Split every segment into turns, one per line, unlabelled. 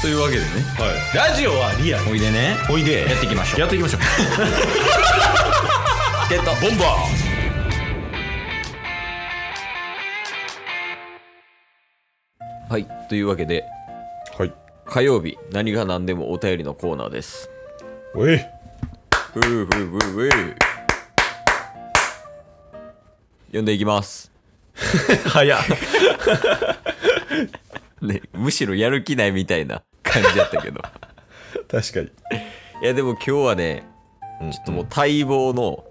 というわけでね
はい、ラジオはリアル
おいでね
おいで
やっていきましょう
やっていきましょう
ゲット
ボンバ
はいというわけで
ーはい
火曜日何が何でもお便りのコーナーです
おい
ふうふうふうふう読んでいきます
早っ
ねむしろやる気ないみたいな感じだったけど
確かに
いやでも今日はねちょっともう待望の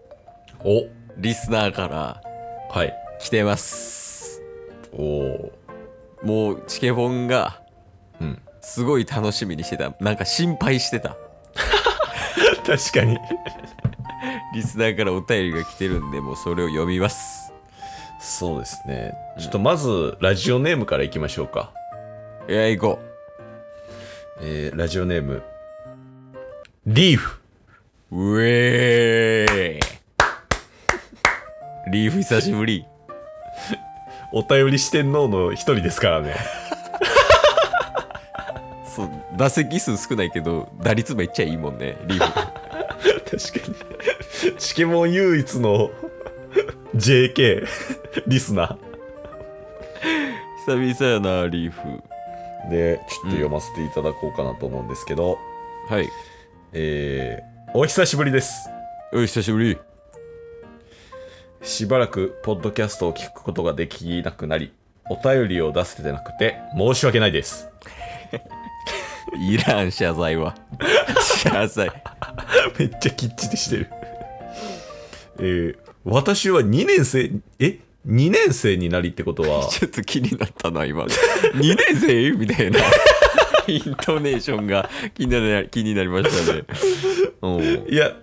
お
リスナーから
はい
来てます
お お
もうチケボンが
うん
すごい楽しみにしてたなんか心配してた
確かに
リスナーからお便りが来てるんでもうそれを読みます
そうですねちょっとまずラジオネームからいきましょうか
いや行こ
えー、ラジオネームリーフ
ううえーリーフ久しぶり
お便り四天王の一人ですからね
そう打席数少ないけど打率めっちゃいいもんねリー フ
確かにチケモン唯一の JK リスナ
久々やなリーフ
ーでちょっと読ませていただこうかなと思うんですけど、
はい
えー、お久しぶりです
おい久しぶり
しばらくポッドキャストを聞くことができなくなりお便りを出せてなくて申し訳ないです
いらん謝罪は謝罪
めっちゃきっちりしてる。 えー私は2年生、え ?2 年生になりってこと は、
ちょっと気になったな、今。2年生みたいな。イントネーションが気になり気になりましたね。うん
いや、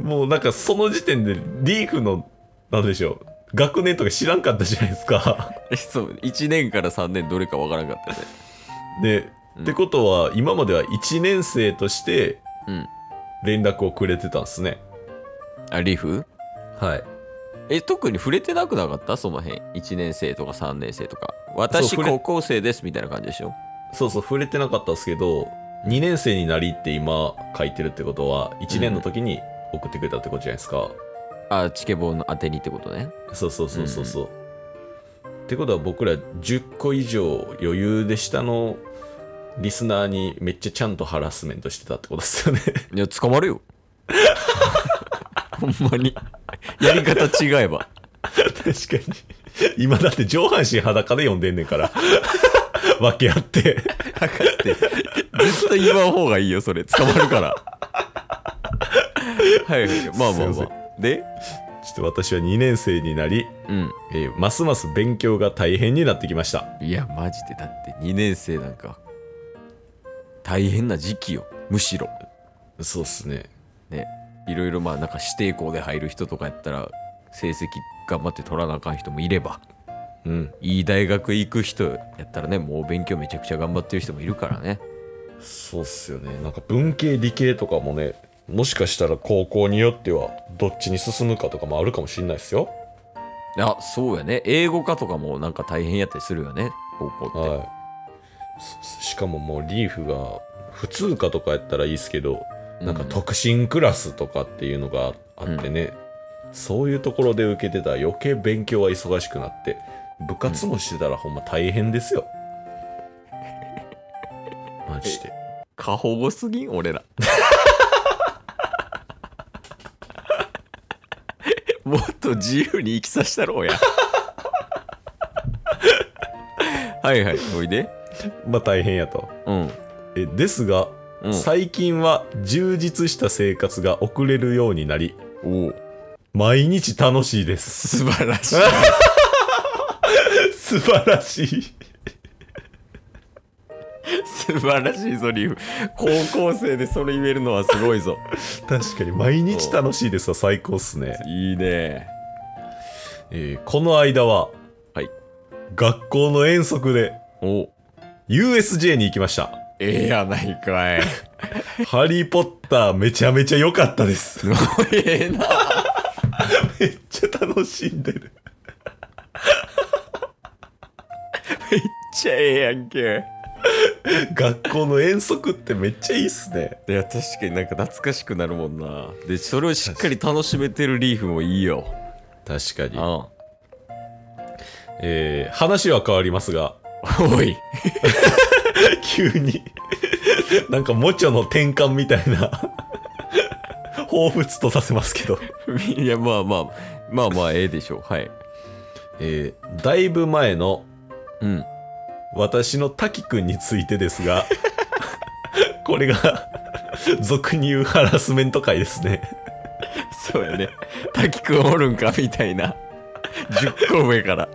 もうなんかその時点でリーフの、なんでしょう、学年とか知らんかったじゃないです か。
えそう、1年から3年どれかわからんかったね。
で、
うん
ってことは、今までは1年生として
うん。
連絡をくれてたんですね。
あ、リーフ
はい。
え、特に触れてなくなかったその辺。1年生とか3年生とか。私、
触れ
高校生ですみたいな感じでしょ。
そうそう、触れてなかったんですけど、2年生になりって今書いてるってことは、1年の時に送ってくれたってことじゃないですか。
あ、チケボーの当てにってことね。
そうそうそうそうそう。ってことは僕ら10個以上余裕で下のリスナーにめっちゃちゃんとハラスメントしてたってことですよね。
いや、捕まる よ。ほんまに。やり方違えば。
確かに。今だって上半身裸で読んでんねん から。分け合って。
絶対言わん方がいいよそれ捕まるから はいはいまあまあ
す
ま
いま
あで
ちょっと私は2年生になり、
うん
えーますます勉強が大変になってきました。
いやマジでだって2年生なんか大変な時期よむしろ
そうっすね。
ねいろいろまあなんか指定校で入る人とかやったら成績頑張って取らなあかん人もいれば
うん。
いい大学行く人やったらねもう勉強めちゃくちゃ頑張ってる人もいるからね
そうっすよね。なんか文系理系とかもね、もしかしたら高校によってはどっちに進むかとかもあるかもしれないですよ。
あそうやね英語科とかもなんか大変やったりするよね高校って、
はいそ。しかももうリーフが普通科とかやったらいいですけど、なんか
うん
特進クラスとかっていうのがあってね、そういうところで受けてたら余計勉強は忙しくなって、部活もしてたらほんま大変ですよ。マジで。
過保護すぎん俺ら もっと自由に生きさせたろうやはいはいおいで
まあ大変やと。
うん
えですが、
うん
最近は充実した生活が送れるようになり、
おう
毎日楽しいです。
素晴らしい
素晴らしい。
素晴らしいぞリーフ高校生でそれ言えるのはすごいぞ
確かに毎日楽しいですわ最高っすね、
いいね
えーこの間は
はい
学校の遠足で
おう
USJ に行きま した
ええやないかい
「ハリー・ポッター」めちゃ めちゃ良かったです
ええな
めっちゃ楽しんでる
めっちゃええやんけ
学校の遠足ってめっちゃいいっすね。
いや確かになんか懐かしくなるもんなでそれをしっかり楽しめてるリーフもいいよ
確かに。
あ
えー話は変わりますが、
あ おい
急に、なんか、もちょの転換みたいな、彷彿とさせますけど。
いやまあまあまあまあええでしょうはい
えーだいぶ前の
うん
私の滝くんについてですが、これが、俗に言うハラスメント会ですね。
そうやね滝くんおるんかみたいな10個上から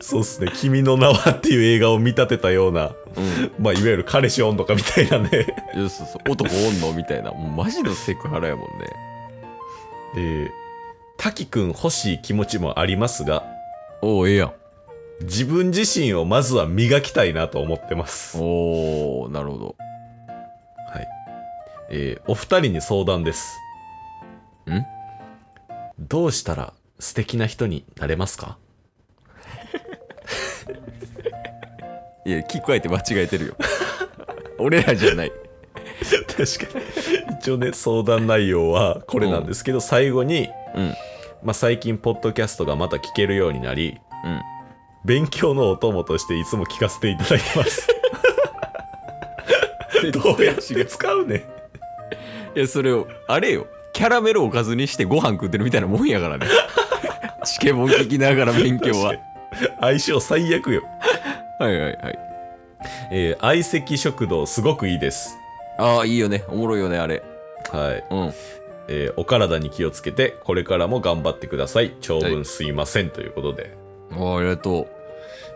そうっすね。君の名はっていう映画を見立てたような、
うん
まあ、いわゆる彼氏おんのかみたいなね。
そうそうそう男おんのみたいなもうマジのセクハラやもんね
えー、滝くん欲しい気持ちもありますが、
おおええやん
自分自身をまずは磨きたいなと思ってます。は
おおなるほど
い。えーお二人に相談です。
ん
どうしたら素敵な人になれますか
いや聞こえて間違えてる よ俺らじゃない
確かに一応ね相談内容はこれなんですけど、最後に、
うん
まあ、最近ポッドキャストがまた聞けるようになり
うん
勉強のお供としていつも聞かせていただいてます どうやって使うねん
いやそれをあれよキャラメルおかずにしてご飯食ってるみたいなもんやからねチケボン聞きながら勉強は
相性最悪よ、
はいはいはい
えー相席食堂すごくいいです
ああいいよねおもろいよねあれ
はい、
うん
えーお体に気をつけてこれからも頑張ってください長文すいません、ということで
ありがと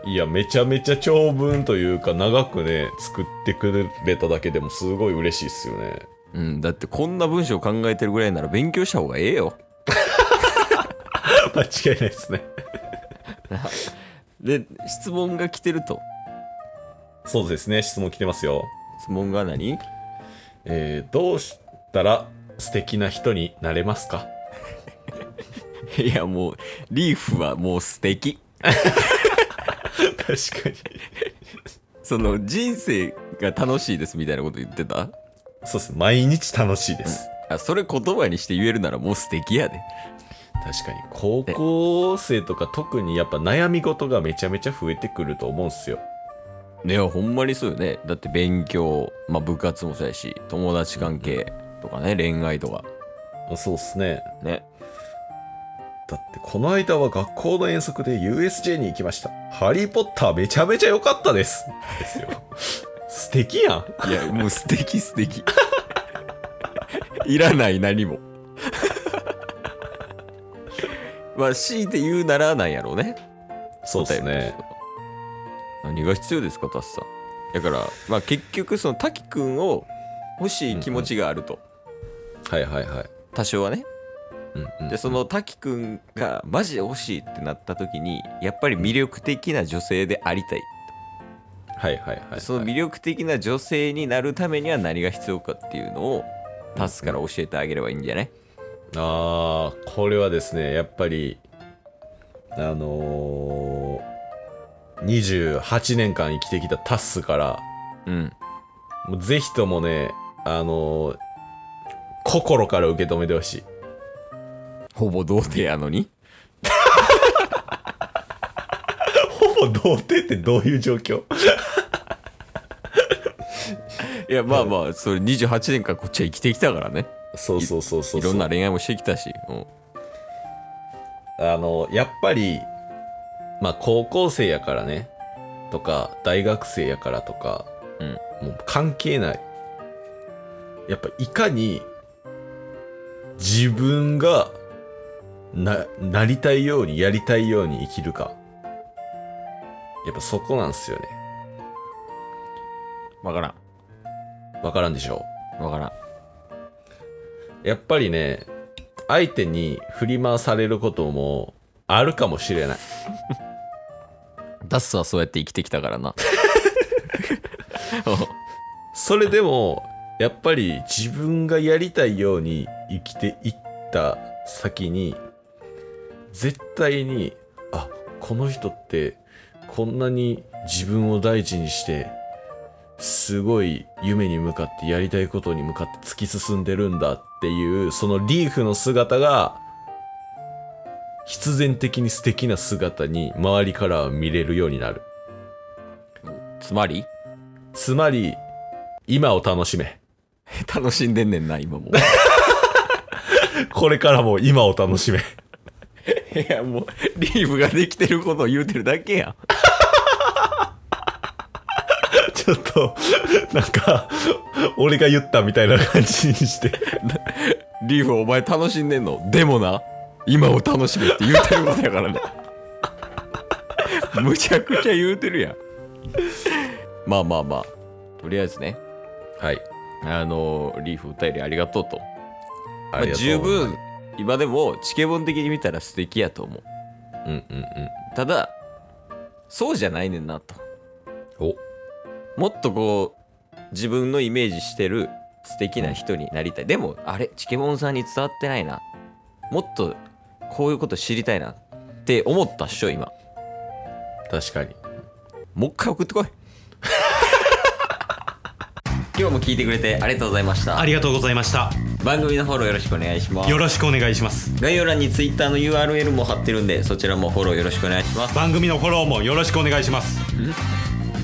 いや、めちゃめちゃ長文というか、長くね、作ってくれただけでもすごい嬉しいっすよね。
う、うん、だってこんな文章考えてるぐらいなら勉強した方がええよ
間違いないですね。
で質問が来てると
そうですね、質問来てますよ。
質問が何
えー、どうしたら素敵な人になれますか
いやもうリーフはもう素敵
確かに。
その人生が楽しいですみたいなこと言ってた
そうです。毎日楽しいです。
あそれ言葉にして言えるならもう素敵やで
確かに、高校生とか特にやっぱ悩み事がめちゃめちゃ増えてくると思うんすよ。
いやほんまにそうよねだって勉強、まあ、部活もそうやし友達関係とかね恋愛とか
そうっすね。
ね
だって、この間は学校の遠足で USJ に行きました。ハリーポッターめちゃめちゃ良かったです。ですよ。 素敵やん。
いやもう素敵素敵 いらない何も まあ強いて言うならなんやろうね
そうです
答え
ね
る。と何が必要ですかタスさんだから、まあ、結局その滝くんを欲しい気持ちがあると、
はいはいはい。
多少はね
うんうん、
でその滝くんがマジで欲しいってなった時にやっぱり魅力的な女性でありたい
はいはいはい、はい。
その魅力的な女性になるためには何が必要かっていうのをタスから教えてあげればいいんじゃない
ああ、これはですね、やっぱり、あのー、28年間生きてきたタッスから、
うん
もうぜひともね、あのー心から受け止めてほしい。
ほぼ童貞やのに
ほぼ童貞ってどういう状況
いやまあまあそれ28年間こっちは生きてきたからね
そうそうそうそうそう。
いろんな恋愛もしてきたし、うん、
あの、やっぱり、まあ、高校生やからね、とか、大学生やからとか、
うん
もう関係ない。やっぱ、いかに、自分が、な、なりたいように、やりたいように生きるか。やっぱそこなんすよね。
分から
わからんでしょ
ん分からん
う。やっぱりね、相手に振り回されることも、あるかもしれない。
ダスはそうやって生きてきたからな
それでも、やっぱり自分がやりたいように生きていった先に、絶対に、あ、この人ってこんなに自分を大事にしてすごい夢に向かってやりたいことに向かって突き進んでるんだっていう、そのリーフの姿が、必然的に素敵な姿に周りからは見れるようになる。
つまり
つまり、今を楽しめ。
楽しんでんねんな今も
これからも今を楽しめ。
いやもうリーブができてることを言うてるだけやん
ちょっと、なんか、俺が言ったみたいな感じにして。
リーフお前楽しんでんのでもな今を楽しめって言うてることやからな むちゃくちゃ言うてるやんまあまあまあとりあえずね
はい。
あのリーフお便りありがとうとま
あ
あ
りがとう
十。分今でもチケボン的に見たら素敵やと思う
うんうん
ただそうじゃないねんなと
うん。
もっとこう自分のイメージしてる素敵な人になりたい、でもあれチケボンさんに伝わってないなもっとこういうこと知りたいなって思ったっしょ今
お、確かに。
もう一回送って こい今日も聞いてくれてありがとうございました
ありがとうございました
番組のフォローよろしくお願いします
よろしくお願いします
概要欄に Twitter の URL も貼ってるんでそちらもフォローよろしくお願いします
番組のフォローもよろしくお願いします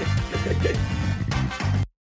す